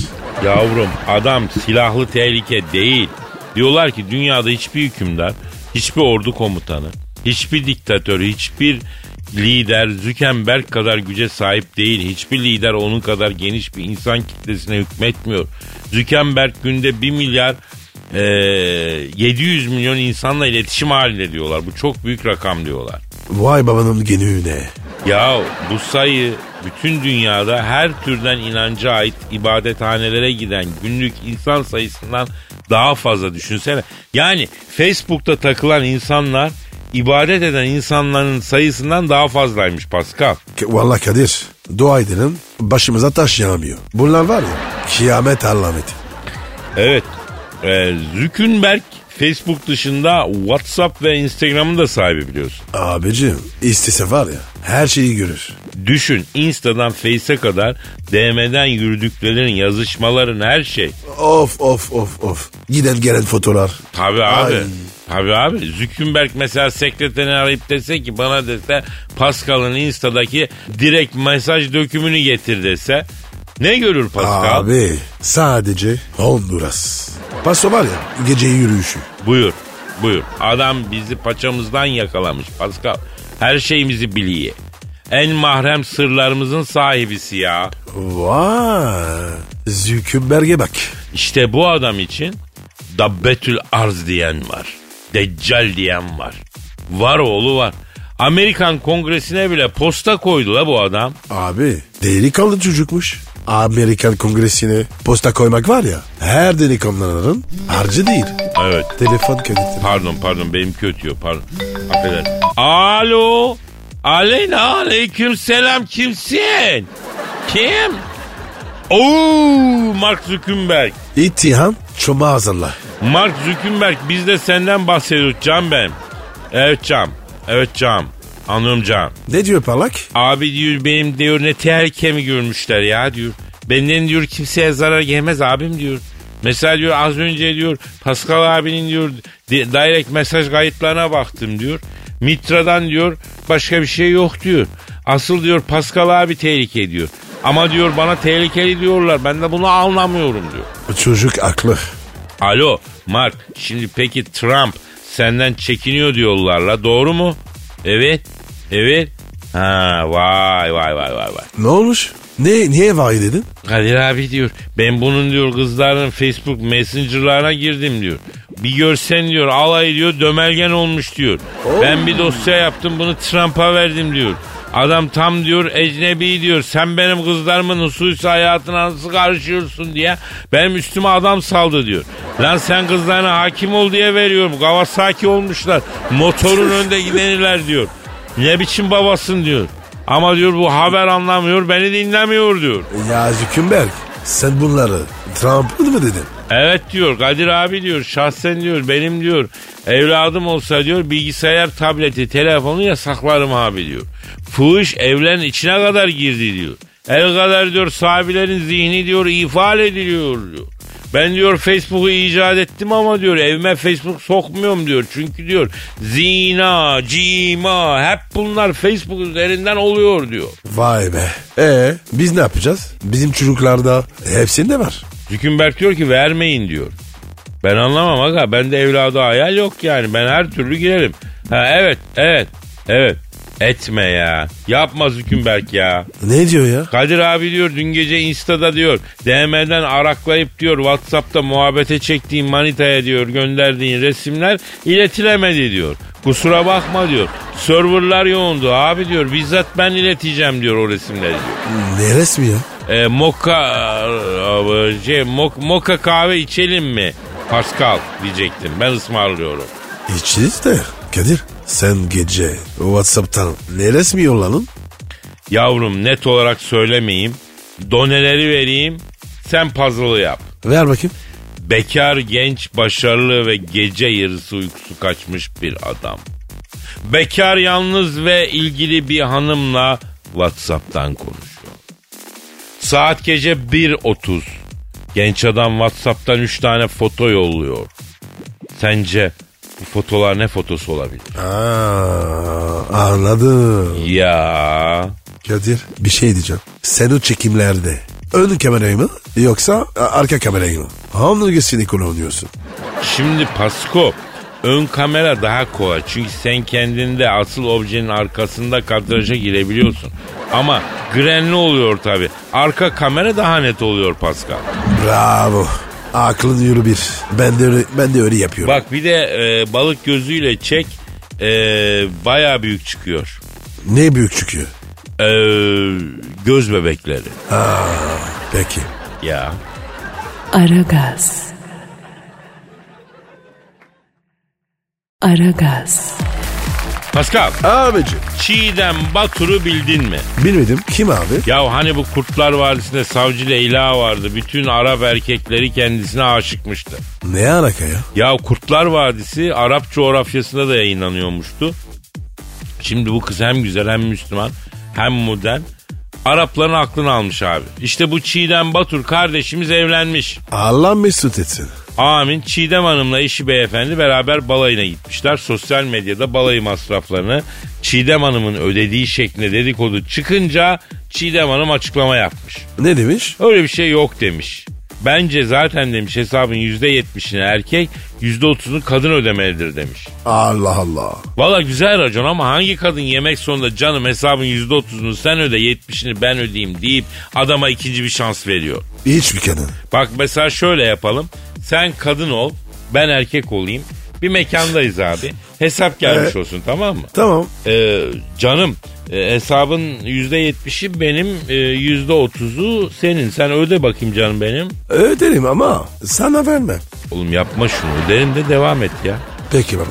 Speaker 2: Yavrum adam silahlı tehlike değil. Diyorlar ki dünyada hiçbir hükümdar, hiçbir ordu komutanı, hiçbir diktatörü, hiçbir lider Zükenberg kadar güce sahip değil. Hiçbir lider onun kadar geniş bir insan kitlesine hükmetmiyor. Zükenberg günde 1 milyar e, 700 milyon insanla iletişim halinde diyorlar. Bu çok büyük rakam diyorlar.
Speaker 3: Vay babanın genüğüne.
Speaker 2: Ya bu sayı bütün dünyada her türden inanca ait ibadethanelere giden günlük insan sayısından daha fazla düşünsene. Yani Facebook'ta takılan insanlar ibadet eden insanların sayısından daha fazlaymış Pascal.
Speaker 3: K- Vallahi Kadir dua edelim başımıza taş yağmıyor. Bunlar var ya kıyamet alameti.
Speaker 2: Evet. Ee, Zuckerberg Facebook dışında WhatsApp ve Instagram'ın da sahibi biliyorsun.
Speaker 3: Abicim istese var ya her şeyi görür.
Speaker 2: Düşün Insta'dan Face'e kadar DM'den yürüdüklerin, yazışmaların her şey.
Speaker 3: Of of of of. Giden gelen fotolar.
Speaker 2: Tabii abi.
Speaker 3: Ay.
Speaker 2: Tabii abi. Zuckerberg mesela sekreterini arayıp dese ki bana dese Pascal'ın Insta'daki direkt mesaj dökümünü getir dese ne görür Pascal?
Speaker 3: Abi sadece Honduras. Paso var ya gece yürüyüşü.
Speaker 2: Buyur. Buyur. Adam bizi paçamızdan yakalamış Pascal. Her şeyimizi biliyor. En mahrem sırlarımızın sahibisi ya.
Speaker 3: Vay. Zükümberge bak.
Speaker 2: İşte bu adam için Dabbetül Arz diyen var. Deccal diyen var. Var oğlu var. Amerikan kongresine bile posta koydu la bu adam.
Speaker 3: Abi delikanlı çocukmuş. Amerikan kongresine posta koymak var ya her delikanlıların harcı değil.
Speaker 2: Evet.
Speaker 3: Telefon kredisi.
Speaker 2: Pardon pardon benim kötüyor pardon. Affedersin. Alo. Aleyna aleyküm selam kimsin? Kim? Oo Mark Zuckerberg.
Speaker 3: İttiham çoma hazırla.
Speaker 2: Mark Zuckerberg biz de senden bahsediyoruz Can Bey. Evet Can. Evet Can. Anlıyorum Can.
Speaker 3: Ne diyor parlak?
Speaker 2: Abi diyor benim diyor ne tehlikemi görmüşler ya diyor. Benden diyor kimseye zarar gelmez abim diyor. Mesela diyor az önce diyor Pascal abinin diyor di- direct mesaj kayıtlarına baktım diyor. Mitra'dan diyor başka bir şey yok diyor. Asıl diyor Pascal abi tehlike diyor. Ama diyor bana tehlikeli diyorlar. Ben de bunu anlamıyorum diyor.
Speaker 3: Çocuk aklı.
Speaker 2: Alo Mark şimdi peki Trump senden çekiniyor diyorlarla doğru mu? Evet. Evet. Ha vay vay vay vay vay.
Speaker 3: Ne olmuş? Ne, niye vay dedin?
Speaker 2: Kadir abi diyor ben bunun diyor kızların Facebook messengerlarına girdim diyor. Bir görsen diyor alay diyor dömelgen olmuş diyor. Ben bir dosya yaptım bunu Trump'a verdim diyor. Adam tam diyor ecnebi diyor sen benim kızlarımın hususi hayatına nasıl karışıyorsun diye benim üstüme adam saldı diyor. Lan sen kızlarına hakim ol diye veriyorum Kawasaki olmuşlar motorun önde gideniler diyor. Ne biçim babasın diyor. Ama diyor bu haber anlamıyor beni dinlemiyor diyor.
Speaker 3: Ya Zükümberg sen bunları Trump'ın mı dedin?
Speaker 2: Evet diyor Kadir abi diyor şahsen diyor benim diyor evladım olsa diyor bilgisayar tableti telefonu yasaklarım abi diyor. Fuhuş evlerin içine kadar girdi diyor. El kadar diyor sahibilerin zihni diyor ifade ediliyor diyor. Ben diyor Facebook'u icat ettim ama diyor evime Facebook sokmuyorum diyor. Çünkü diyor zina, cima hep bunlar Facebook üzerinden oluyor diyor.
Speaker 3: Vay be. E biz ne yapacağız? Bizim çocuklarda hepsinde var.
Speaker 2: Zükümberk diyor ki vermeyin diyor. Ben anlamam aga. Bende evladı hayal yok yani. Ben her türlü girerim. Ha evet evet evet. Etme ya. Yapma Zükümberk ya.
Speaker 3: Ne diyor ya?
Speaker 2: Kadir abi diyor dün gece Insta'da diyor DM'den araklayıp diyor Whatsapp'ta muhabbete çektiğin manitaya diyor gönderdiğin resimler iletilemedi diyor. Kusura bakma diyor. Serverlar yoğundu abi diyor. Bizzat ben ileteceğim diyor o resimleri diyor
Speaker 3: Ne resmi ya?
Speaker 2: e, moka e, şey, mok- moka kahve içelim mi? Pascal diyecektim. Ben ısmarlıyorum.
Speaker 3: İçiniz de. Kadir sen gece Whatsapp'tan ne resmi yolladın?
Speaker 2: Yavrum net olarak söylemeyeyim. Doneleri vereyim. Sen puzzle'ı yap.
Speaker 3: Ver bakayım.
Speaker 2: Bekar, genç, başarılı ve gece yarısı uykusu kaçmış bir adam. Bekar, yalnız ve ilgili bir hanımla WhatsApp'tan konuşuyor. Saat gece 1.30. Genç adam WhatsApp'tan 3 tane foto yolluyor. Sence bu fotolar ne fotosu olabilir?
Speaker 3: Aa, anladım.
Speaker 2: Ya
Speaker 3: Kadir bir şey diyeceğim. Sen o çekimlerde ön kamerayı mı yoksa a- arka kamerayı mı? Hamburgesini kullanıyorsun.
Speaker 2: Şimdi Pasko ön kamera daha kolay. Çünkü sen kendinde asıl objenin arkasında kadraja girebiliyorsun. Ama grenli oluyor tabi. Arka kamera daha net oluyor Pascal.
Speaker 3: Bravo. Aklın yürü bir. Ben de öyle, ben de öyle yapıyorum.
Speaker 2: Bak bir de e, balık gözüyle çek e, baya büyük çıkıyor.
Speaker 3: Ne büyük çıkıyor.
Speaker 2: E, göz bebekleri.
Speaker 3: Peki.
Speaker 2: Ya
Speaker 1: Aragaz. Aragaz.
Speaker 2: Pascal
Speaker 3: Abici.
Speaker 2: Çiğdem Batur'u bildin mi?
Speaker 3: Bilmedim. Kim abi?
Speaker 2: Ya hani bu Kurtlar Vadisi'nde Savcı Leyla vardı. Bütün Arap erkekleri kendisine aşıkmıştı.
Speaker 3: Ne alaka ya?
Speaker 2: Ya Kurtlar Vadisi Arap coğrafyasında da yayınlanıyormuştu. Şimdi bu kız hem güzel hem Müslüman hem modern. Arapların aklını almış abi. İşte bu Çiğdem Batur kardeşimiz evlenmiş.
Speaker 3: Allah mesut etsin.
Speaker 2: Amin. Çiğdem Hanım'la eşi beyefendi beraber balayına gitmişler. Sosyal medyada balayı masraflarını Çiğdem Hanım'ın ödediği şeklinde dedikodu çıkınca Çiğdem Hanım açıklama yapmış.
Speaker 3: Ne demiş?
Speaker 2: Öyle bir şey yok demiş. Bence zaten demiş hesabın %70'ini erkek %30'unu kadın ödemelidir demiş.
Speaker 3: Allah Allah.
Speaker 2: Valla güzel racon ama hangi kadın yemek sonunda canım hesabın %30'unu sen öde 70'ini ben ödeyeyim deyip adama ikinci bir şans veriyor.
Speaker 3: Hiçbir kadın.
Speaker 2: Bak mesela şöyle yapalım. Sen kadın ol, ben erkek olayım. Bir mekandayız abi. Hesap gelmiş
Speaker 3: Evet.
Speaker 2: olsun tamam mı?
Speaker 3: Tamam.
Speaker 2: Ee, canım e, hesabın %70'i benim, e, %30'u senin. Sen öde bakayım canım benim.
Speaker 3: Öderim ama sana vermem.
Speaker 2: Oğlum yapma şunu öderim de devam et ya.
Speaker 3: Peki baba.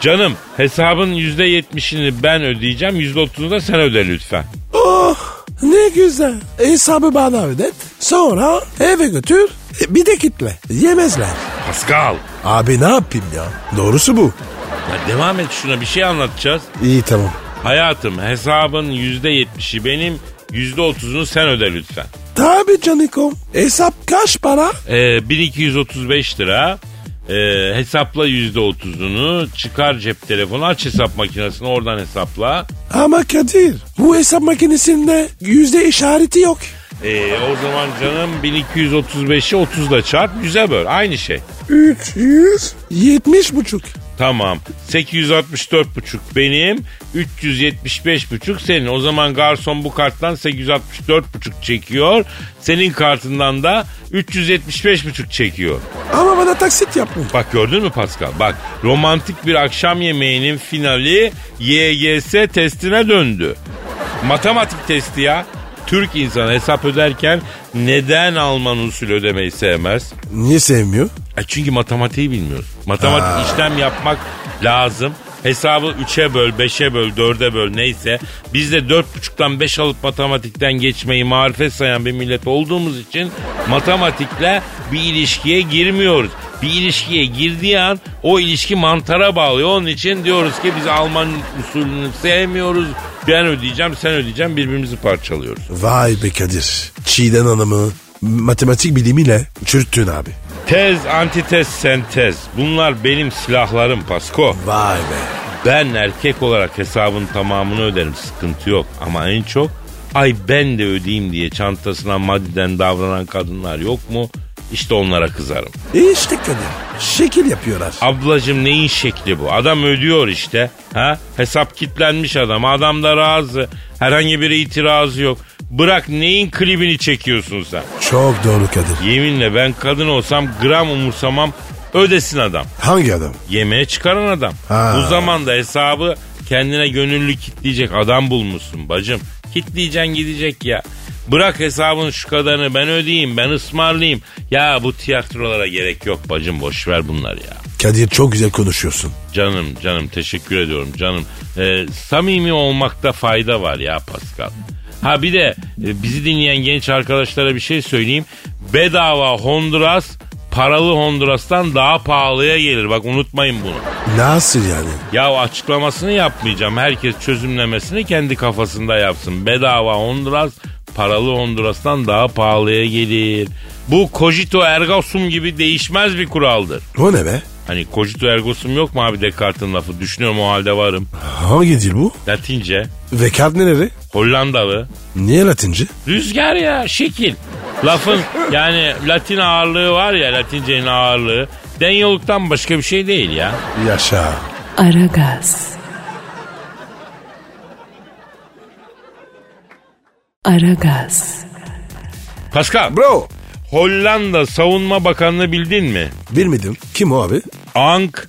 Speaker 2: Canım hesabın %70'ini ben ödeyeceğim, %30'unu da sen öde lütfen.
Speaker 3: Oh ne güzel. Hesabı bana ödet. Sonra eve götür. E, Bir de kitle. Yemezler.
Speaker 2: Pascal.
Speaker 3: Abi ne yapayım ya? Doğrusu bu.
Speaker 2: Ya devam et şuna bir şey anlatacağız.
Speaker 3: İyi tamam.
Speaker 2: Hayatım hesabın %70'i benim, %30'unu sen öde lütfen.
Speaker 3: Tabii canikom. Hesap kaç para?
Speaker 2: Ee, 1235 lira. Ee, hesapla %30'unu çıkar cep telefonu aç hesap makinesini oradan hesapla.
Speaker 3: Ama Kadir bu hesap makinesinde yüzde işareti yok.
Speaker 2: Ee, o zaman canım 1235'i 30 ile çarp yüze böl aynı şey.
Speaker 3: 370 buçuk.
Speaker 2: Tamam 864,5 benim 375,5 senin. O zaman garson bu karttan 864,5 çekiyor. Senin kartından da 375,5 çekiyor.
Speaker 3: Ama bana taksit yapın.
Speaker 2: Bak gördün mü Pascal? Bak romantik bir akşam yemeğinin finali YGS testine döndü. Matematik testi ya. Türk insanı hesap öderken neden Alman usulü ödemeyi sevmez?
Speaker 3: Niye sevmiyor?
Speaker 2: E çünkü matematiği bilmiyoruz. Matematik işlem yapmak lazım. Hesabı 3'e böl, 5'e böl, 4'e böl neyse. Biz de 4,5'tan 5 alıp matematikten geçmeyi marifet sayan bir millet olduğumuz için matematikle bir ilişkiye girmiyoruz. Bir ilişkiye girdiği an o ilişki mantara bağlıyor. Onun için diyoruz ki biz Alman usulünü sevmiyoruz. Ben ödeyeceğim, sen ödeyeceğim birbirimizi parçalıyoruz.
Speaker 3: Vay be Kadir. Çiğden Hanım'ı matematik bilimiyle çürüttün abi.
Speaker 2: Tez, antitez, sentez. Bunlar benim silahlarım Pasko.
Speaker 3: Vay be.
Speaker 2: Ben erkek olarak hesabın tamamını öderim sıkıntı yok ama en çok ay ben de ödeyeyim diye çantasına maddeden davranan kadınlar yok mu? İşte onlara kızarım.
Speaker 3: E işte Kadir. Şekil yapıyorlar.
Speaker 2: Ablacım neyin şekli bu? Adam ödüyor işte. Ha? Hesap kitlenmiş adam. Adam da razı. Herhangi bir itirazı yok. Bırak neyin klibini çekiyorsun sen?
Speaker 3: Çok doğru Kadir.
Speaker 2: Yeminle ben kadın olsam gram umursamam ödesin adam.
Speaker 3: Hangi adam?
Speaker 2: Yemeğe çıkaran adam.
Speaker 3: Ha.
Speaker 2: Bu zamanda hesabı kendine gönüllü kitleyecek adam bulmuşsun bacım. Kitleyeceksin gidecek ya. Bırak hesabın şu kadarını ben ödeyeyim ben ısmarlayayım. Ya bu tiyatrolara gerek yok bacım boş ver bunları ya.
Speaker 3: Kadir çok güzel konuşuyorsun.
Speaker 2: Canım canım teşekkür ediyorum canım. Ee, samimi olmakta fayda var ya Pascal. Ha bir de e, bizi dinleyen genç arkadaşlara bir şey söyleyeyim. Bedava Honduras paralı Honduras'tan daha pahalıya gelir. Bak unutmayın bunu.
Speaker 3: Nasıl yani?
Speaker 2: Ya açıklamasını yapmayacağım. Herkes çözümlemesini kendi kafasında yapsın. Bedava Honduras paralı Honduras'tan daha pahalıya gelir. Bu cogito ergo sum gibi değişmez bir kuraldır.
Speaker 3: O ne be?
Speaker 2: Hani cogito ergo sum yok mu abi Descartes'in lafı? Düşünüyorum o halde varım.
Speaker 3: Hangi dil bu?
Speaker 2: Latince,
Speaker 3: Vekat neleri?
Speaker 2: Hollandalı,
Speaker 3: Niye Latince?
Speaker 2: rüzgar ya şekil. Lafın yani Latin ağırlığı var ya Latince'nin ağırlığı. Denyoluktan başka bir şey değil ya.
Speaker 3: Yaşa.
Speaker 1: Aragaz. Aragaz.
Speaker 2: Pascal.
Speaker 3: Bro.
Speaker 2: Hollanda Savunma Bakanı'nı bildin mi?
Speaker 3: Bilmedim. Kim o abi?
Speaker 2: Ank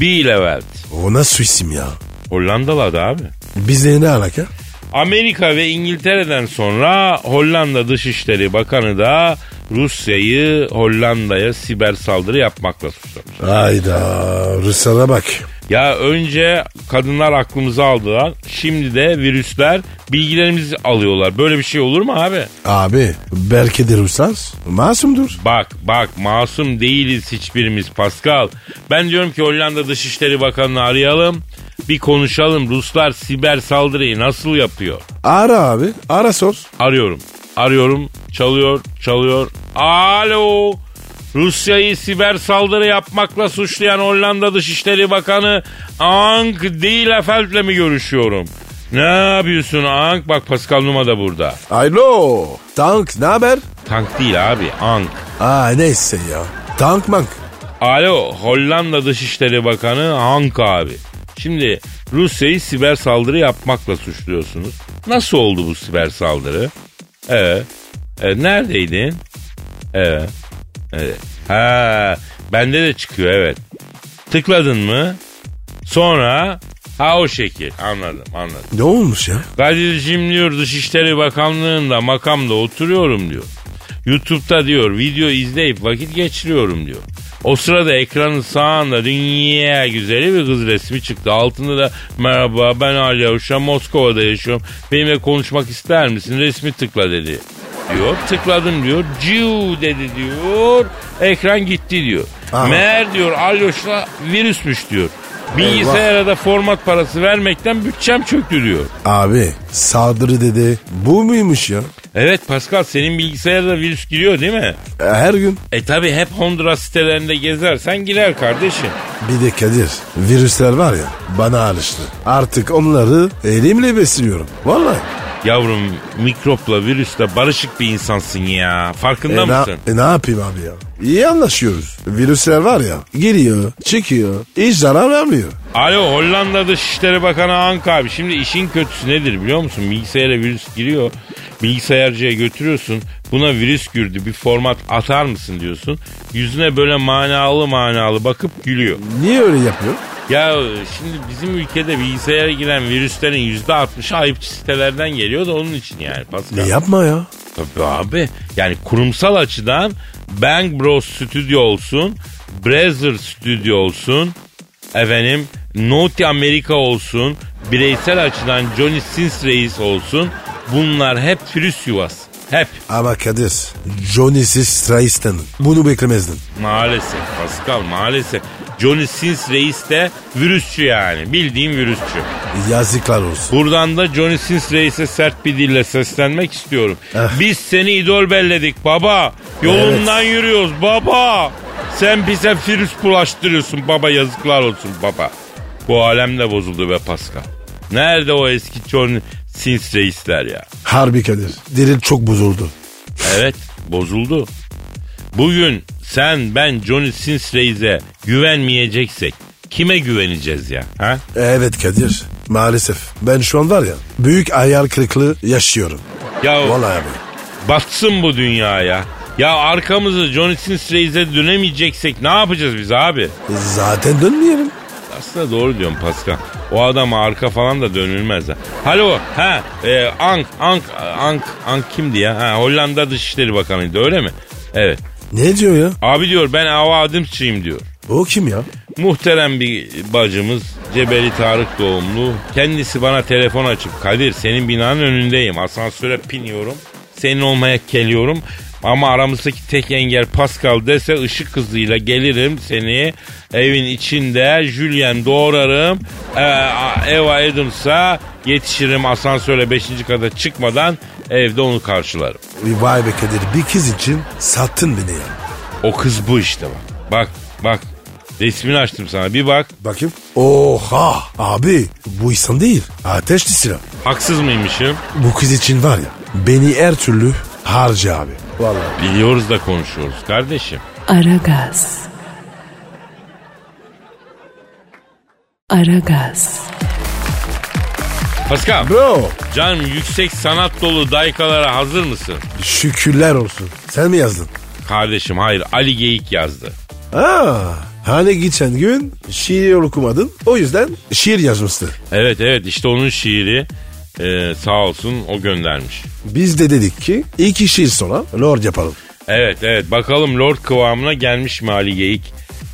Speaker 2: Bieleveld.
Speaker 3: O nasıl isim ya?
Speaker 2: Hollandalı adı abi.
Speaker 3: Bizle ne alaka?
Speaker 2: Amerika ve İngiltere'den sonra Hollanda Dışişleri Bakanı da Rusya'yı Hollanda'ya siber saldırı yapmakla suçlamış.
Speaker 3: Hayda Ruslara bak.
Speaker 2: Ya önce kadınlar aklımızı aldılar. Şimdi de virüsler bilgilerimizi alıyorlar. Böyle bir şey olur mu abi?
Speaker 3: Abi belki de Ruslar masumdur.
Speaker 2: Bak bak masum değiliz hiçbirimiz Pascal. Ben diyorum ki Hollanda Dışişleri Bakanı'nı arayalım. Bir konuşalım Ruslar siber saldırıyı nasıl yapıyor?
Speaker 3: Ara abi ara sor.
Speaker 2: Arıyorum. Arıyorum. Çalıyor. Çalıyor. Alo. Rusya'yı siber saldırı yapmakla suçlayan Hollanda Dışişleri Bakanı Ank Dielefeld'le mi görüşüyorum? Ne yapıyorsun Ank? Bak Pascal Numa da burada.
Speaker 3: Alo tank ne haber?
Speaker 2: Tank değil abi Ank.
Speaker 3: Aa neyse ya. Tank mank.
Speaker 2: Alo Hollanda Dışişleri Bakanı Ank abi. Şimdi Rusya'yı siber saldırı yapmakla suçluyorsunuz. Nasıl oldu bu siber saldırı? Ee, e, neredeydin? Ee, e, ha, bende de çıkıyor evet. Tıkladın mı? Sonra ha o şekil anladım anladım.
Speaker 3: Ne olmuş ya?
Speaker 2: Kadir'cim diyor Dışişleri Bakanlığı'nda makamda oturuyorum diyor. YouTube'da diyor video izleyip vakit geçiriyorum diyor. O sırada ekranın sağında dünya güzeli bir kız resmi çıktı. Altında da merhaba ben Ali Avşar Moskova'da yaşıyorum. Benimle konuşmak ister misin? Resmi tıkla dedi. Diyor tıkladım diyor. Ciu dedi diyor. Ekran gitti diyor.
Speaker 3: Aha.
Speaker 2: Meğer diyor Alyoş'la virüsmüş diyor. Bilgisayara da format parası vermekten bütçem çöktü diyor.
Speaker 3: Abi saldırı dedi. Bu muymuş ya?
Speaker 2: Evet Pascal senin bilgisayarda virüs giriyor değil mi?
Speaker 3: E, Her gün.
Speaker 2: E tabi hep Honduras sitelerinde gezersen girer kardeşim.
Speaker 3: Bir de Kadir virüsler var ya bana alıştı. Artık onları elimle besliyorum. Vallahi. E,
Speaker 2: Yavrum mikropla virüsle barışık bir insansın ya. Farkında
Speaker 3: E, na-
Speaker 2: mısın?
Speaker 3: e, ne yapayım abi ya? İyi anlaşıyoruz. Virüsler var ya giriyor, çıkıyor. Hiç zarar vermiyor.
Speaker 2: Alo Hollanda Dışişleri Bakanı Anka abi. Şimdi işin kötüsü nedir biliyor musun? Bilgisayara virüs giriyor. Bilgisayarcıya götürüyorsun. Buna virüs girdi bir format atar mısın diyorsun. Yüzüne böyle manalı manalı bakıp gülüyor.
Speaker 3: Niye öyle yapıyor?
Speaker 2: Ya şimdi bizim ülkede bilgisayara giren virüslerin yüzde %60'ı ayıpçı sitelerden geliyor da onun için yani Pascal.
Speaker 3: Ne yapma ya?
Speaker 2: Tabii abi. Yani kurumsal açıdan Bang Bros stüdyo olsun, Brazzer stüdyo olsun, efendim Naughty America olsun, bireysel açıdan Johnny Sins Reis olsun. Bunlar hep virüs yuvası. Hep.
Speaker 3: Ama Kadir, Johnny Straisten. Bunu beklemezdin.
Speaker 2: Maalesef Pascal maalesef. Johnny Sins Reis de virüsçü yani. Bildiğin virüsçü.
Speaker 3: Yazıklar olsun.
Speaker 2: Buradan da Johnny Sins Reis'e sert bir dille seslenmek istiyorum.
Speaker 3: Eh.
Speaker 2: Biz seni idol belledik baba. Yolundan yürüyoruz baba. Sen bize virüs bulaştırıyorsun baba yazıklar olsun baba. Bu alem de bozuldu be Pascal. Nerede o eski Johnny Sins Reis'ler ya?
Speaker 3: Harbi Kadir. Diril çok bozuldu.
Speaker 2: Evet bozuldu. Bugün sen ben Johnny Sins Reis'e güvenmeyeceksek kime güveneceğiz ya? Ha?
Speaker 3: E, Evet Kadir. Maalesef. Ben şu an var ya büyük ayar kırıklığı yaşıyorum.
Speaker 2: Ya
Speaker 3: Vallahi abi.
Speaker 2: Batsın bu dünyaya. Ya arkamızı Johnny Sins Reis'e dönemeyeceksek ne yapacağız biz abi?
Speaker 3: Zaten dönmeyelim.
Speaker 2: Aslında doğru diyorum Pascal. O adama arka falan da dönülmez. ha. Alo, ha, e, Ank, Ank, Ank, Ank kimdi ya? Ha, Hollanda Dışişleri Bakanı'ydı öyle mi? Evet.
Speaker 3: Ne diyor ya?
Speaker 2: Abi diyor ben Ava Adımçıyım diyor.
Speaker 3: O kim ya?
Speaker 2: Muhterem bir bacımız Cebeli Tarık doğumlu. Kendisi bana telefon açıp Kadir senin binanın önündeyim. Asansöre biniyorum. Senin olmaya geliyorum. Ama aramızdaki tek engel Pascal dese ışık hızıyla gelirim seni. Evin içinde Julien doğrarım. Ee, a- Eva Adams'a yetişirim asansöre 5. kata çıkmadan evde onu karşılarım.
Speaker 3: Vay be Kadir bir kız için sattın beni ya.
Speaker 2: O kız bu işte bak. Bak bak resmini açtım sana bir bak.
Speaker 3: Bakayım. Oha abi bu insan değil. Ateşli silah.
Speaker 2: Haksız mıymışım?
Speaker 3: Bu kız için var ya beni her türlü harca abi. Vallahi.
Speaker 2: Biliyoruz da konuşuyoruz kardeşim.
Speaker 1: Aragaz. Aragaz.
Speaker 2: Pascal,
Speaker 3: Bro
Speaker 2: canım yüksek sanat dolu daykalara hazır mısın?
Speaker 3: şükürler olsun. Sen mi yazdın?
Speaker 2: Kardeşim hayır Ali Geyik yazdı.
Speaker 3: Aa, hani geçen gün şiir okumadın. O yüzden şiir yazmıştı.
Speaker 2: Evet evet işte onun şiiri e, sağ olsun o göndermiş.
Speaker 3: Biz de dedik ki iki şiir sonra Lord yapalım.
Speaker 2: Evet evet bakalım Lord kıvamına gelmiş mi Ali Geyik?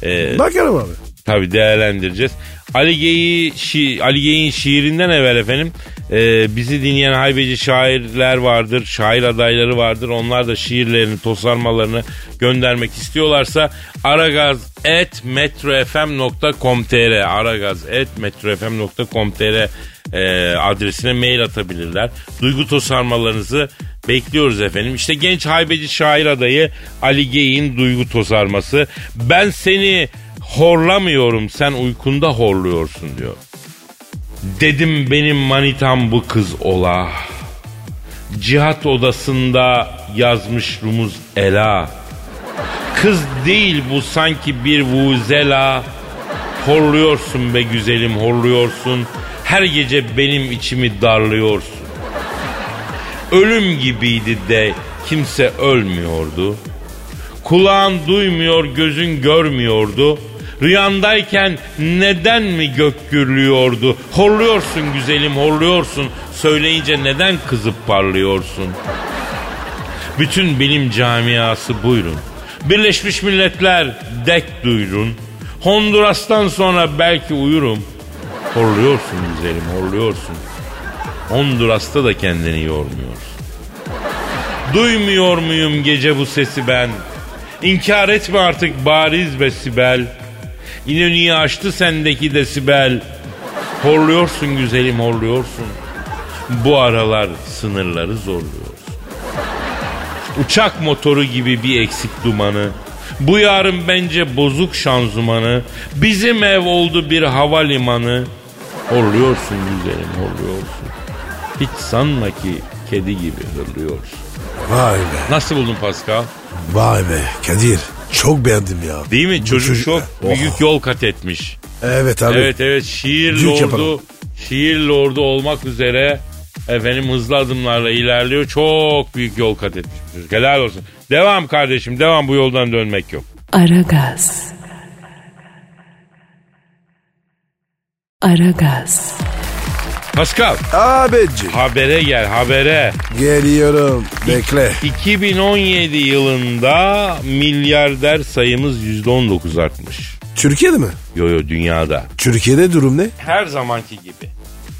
Speaker 2: E,
Speaker 3: Bakalım abi.
Speaker 2: Tabii değerlendireceğiz. Ali Gey'i şi- Ali Gey'in şiirinden evvel efendim e, bizi dinleyen haybeci şairler vardır, şair adayları vardır. Onlar da şiirlerini, tosarmalarını göndermek istiyorlarsa aragaz@metrofm.com.tr aragaz@metrofm.com.tr e, adresine mail atabilirler. Duygu tosarmalarınızı bekliyoruz efendim. İşte genç haybeci şair adayı Ali Gey'in duygu tosarması. Ben seni Horlamıyorum sen uykunda horluyorsun diyor. Dedim benim manitam bu kız ola. Cihat odasında yazmış Rumuz Ela. Kız değil bu sanki bir vuzela. Horluyorsun be güzelim horluyorsun. Her gece benim içimi darlıyorsun. Ölüm gibiydi de kimse ölmüyordu. Kulağın duymuyor, gözün görmüyordu. Rüyandayken neden mi gök gürlüyordu? Horluyorsun güzelim, horluyorsun. Söyleyince neden kızıp parlıyorsun? Bütün bilim camiası buyurun. Birleşmiş Milletler dek duyurun. Honduras'tan sonra belki uyurum. Horluyorsun güzelim, horluyorsun. Honduras'ta da kendini yormuyorsun. Duymuyor muyum gece bu sesi ben? İnkar etme artık bariz be Sibel. İnönü'yü açtı sendeki de Sibel. Horluyorsun güzelim horluyorsun. Bu aralar sınırları zorluyorsun. Uçak motoru gibi bir eksik dumanı. Bu yarın bence bozuk şanzumanı. Bizim ev oldu bir havalimanı. Horluyorsun güzelim horluyorsun. Hiç sanma ki kedi gibi hırlıyorsun.
Speaker 3: Vay be.
Speaker 2: Nasıl buldun Pascal?
Speaker 3: Vay be Kadir. Çok beğendim ya.
Speaker 2: Değil mi?
Speaker 3: Bu
Speaker 2: Çocuk
Speaker 3: çocuk-
Speaker 2: çok
Speaker 3: Oh.
Speaker 2: büyük yol kat etmiş.
Speaker 3: Evet abi.
Speaker 2: Evet evet şiir
Speaker 3: Büyük
Speaker 2: lordu,
Speaker 3: yapalım.
Speaker 2: şiir lordu olmak üzere efendim hızlı adımlarla ilerliyor. Çok büyük yol kat etmiş. bu çocuk. Helal olsun. Devam kardeşim devam bu yoldan dönmek yok.
Speaker 1: Aragaz. Aragaz.
Speaker 2: Pascal
Speaker 3: Abici.
Speaker 2: habere gel habere.
Speaker 3: Geliyorum. Bekle.
Speaker 2: 2017 yılında milyarder sayımız %19 artmış.
Speaker 3: Türkiye'de mi?
Speaker 2: Yo yo dünyada.
Speaker 3: Türkiye'de durum ne?
Speaker 2: Her zamanki gibi.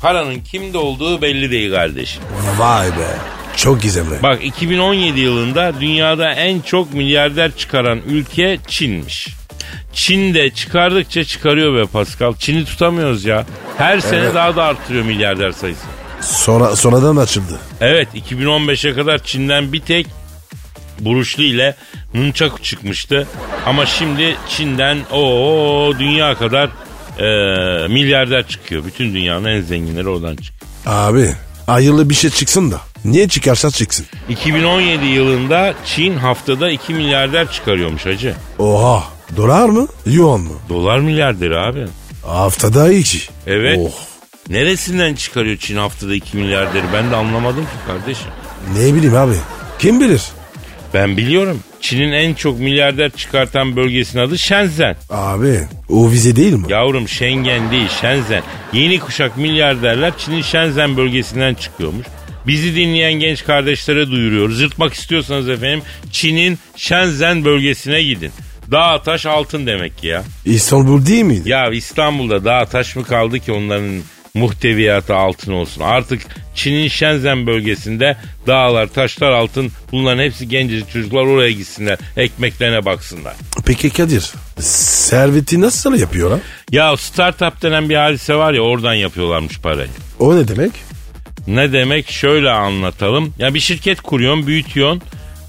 Speaker 2: Paranın kimde olduğu belli değil kardeşim.
Speaker 3: Vay be. Çok gizemli.
Speaker 2: Bak 2017 yılında dünyada en çok milyarder çıkaran ülke Çin'miş. Çin de çıkardıkça çıkarıyor be Pascal. Çin'i tutamıyoruz ya. Her sene daha da artırıyor milyarder sayısı.
Speaker 3: Sonra, sonradan açıldı.
Speaker 2: Evet 2015'e kadar Çin'den bir tek Buruşlu ile Nunchaku çıkmıştı. Ama şimdi Çin'den o dünya kadar e, milyarder çıkıyor. Bütün dünyanın en zenginleri oradan çıkıyor.
Speaker 3: Abi hayırlı bir şey çıksın da. Niye çıkarsa çıksın.
Speaker 2: 2017 yılında Çin haftada 2 milyarder çıkarıyormuş hacı.
Speaker 3: Oha. Dolar mı? Yuan mı?
Speaker 2: Dolar milyarderi abi.
Speaker 3: Haftada iki.
Speaker 2: Evet.
Speaker 3: Oh.
Speaker 2: Neresinden çıkarıyor Çin haftada 2 milyarderi ben de anlamadım ki kardeşim.
Speaker 3: Ne bileyim abi. Kim bilir?
Speaker 2: Ben biliyorum. Çin'in en çok milyarder çıkartan bölgesinin adı Shenzhen.
Speaker 3: Abi o vize değil mi?
Speaker 2: Yavrum Schengen değil Shenzhen. Yeni kuşak milyarderler Çin'in Shenzhen bölgesinden çıkıyormuş. Bizi dinleyen genç kardeşlere duyuruyoruz. Zırtmak istiyorsanız efendim Çin'in Shenzhen bölgesine gidin. Dağ taş altın demek ki ya.
Speaker 3: İstanbul değil miydi?
Speaker 2: Ya İstanbul'da daha taş mı kaldı ki onların muhteviyatı altın olsun. Artık Çin'in Şenzen bölgesinde dağlar, taşlar, altın bunların hepsi gencecik çocuklar oraya gitsinler. Ekmeklerine baksınlar.
Speaker 3: Peki Kadir serveti nasıl yapıyor lan?
Speaker 2: Ya startup denen bir hadise var ya oradan yapıyorlarmış parayı.
Speaker 3: O ne demek?
Speaker 2: Ne demek şöyle anlatalım. Ya bir şirket kuruyorsun, büyütüyorsun,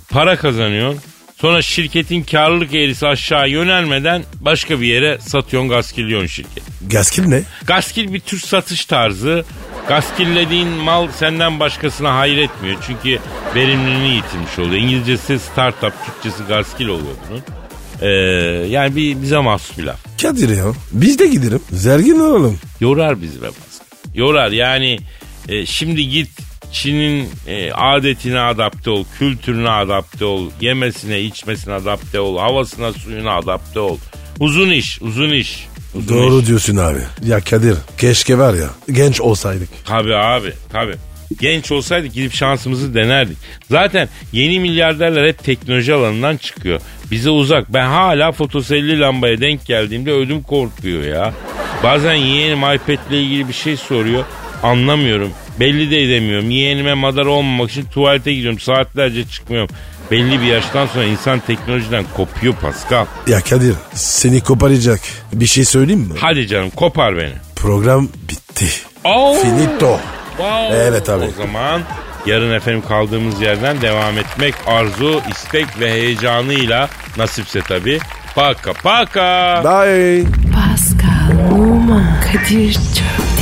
Speaker 2: para kazanıyorsun. Sonra şirketin karlılık eğrisi aşağı yönelmeden başka bir yere satıyorsun, gaskiliyorsun şirketi.
Speaker 3: Gaskil ne?
Speaker 2: Gaskil bir tür satış tarzı. Gaskillediğin mal senden başkasına hayır etmiyor. Çünkü verimliliğini yitirmiş oluyor. İngilizcesi startup, Türkçesi gaskil oluyor bunun. Ee, yani bir, bize mahsus bir laf.
Speaker 3: Kadir ya biz de gidelim. Zergin olalım.
Speaker 2: Yorar bizi be Pascal. Yorar yani e, şimdi git Çin'in e, adetine adapte ol, kültürüne adapte ol, yemesine, içmesine adapte ol, havasına, suyuna adapte ol. Uzun iş, uzun iş. Uzun
Speaker 3: Doğru
Speaker 2: Iş.
Speaker 3: diyorsun abi. Ya Kadir keşke var ya genç olsaydık.
Speaker 2: Tabii abi, tabii. Genç olsaydık gidip şansımızı denerdik. Zaten yeni milyarderler hep teknoloji alanından çıkıyor. Bize uzak. Ben hala fotoselli lambaya denk geldiğimde ödüm korkuyor ya. Bazen yeğenim iPad'le ilgili bir şey soruyor. Anlamıyorum. Belli de edemiyorum. Yeğenime madar olmamak için tuvalete gidiyorum. Saatlerce çıkmıyorum. Belli bir yaştan sonra insan teknolojiden kopuyor Pascal.
Speaker 3: Ya Kadir seni koparacak bir şey söyleyeyim mi?
Speaker 2: Hadi canım kopar beni.
Speaker 3: Program bitti.
Speaker 2: Oo!
Speaker 3: Finito.
Speaker 2: Wow.
Speaker 3: Evet abi.
Speaker 2: O zaman yarın efendim kaldığımız yerden devam etmek arzu, istek ve heyecanıyla nasipse tabii. Paka paka.
Speaker 3: Bye.
Speaker 1: Pascal, Oman, Kadir çok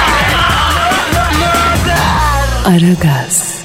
Speaker 1: Aragaz.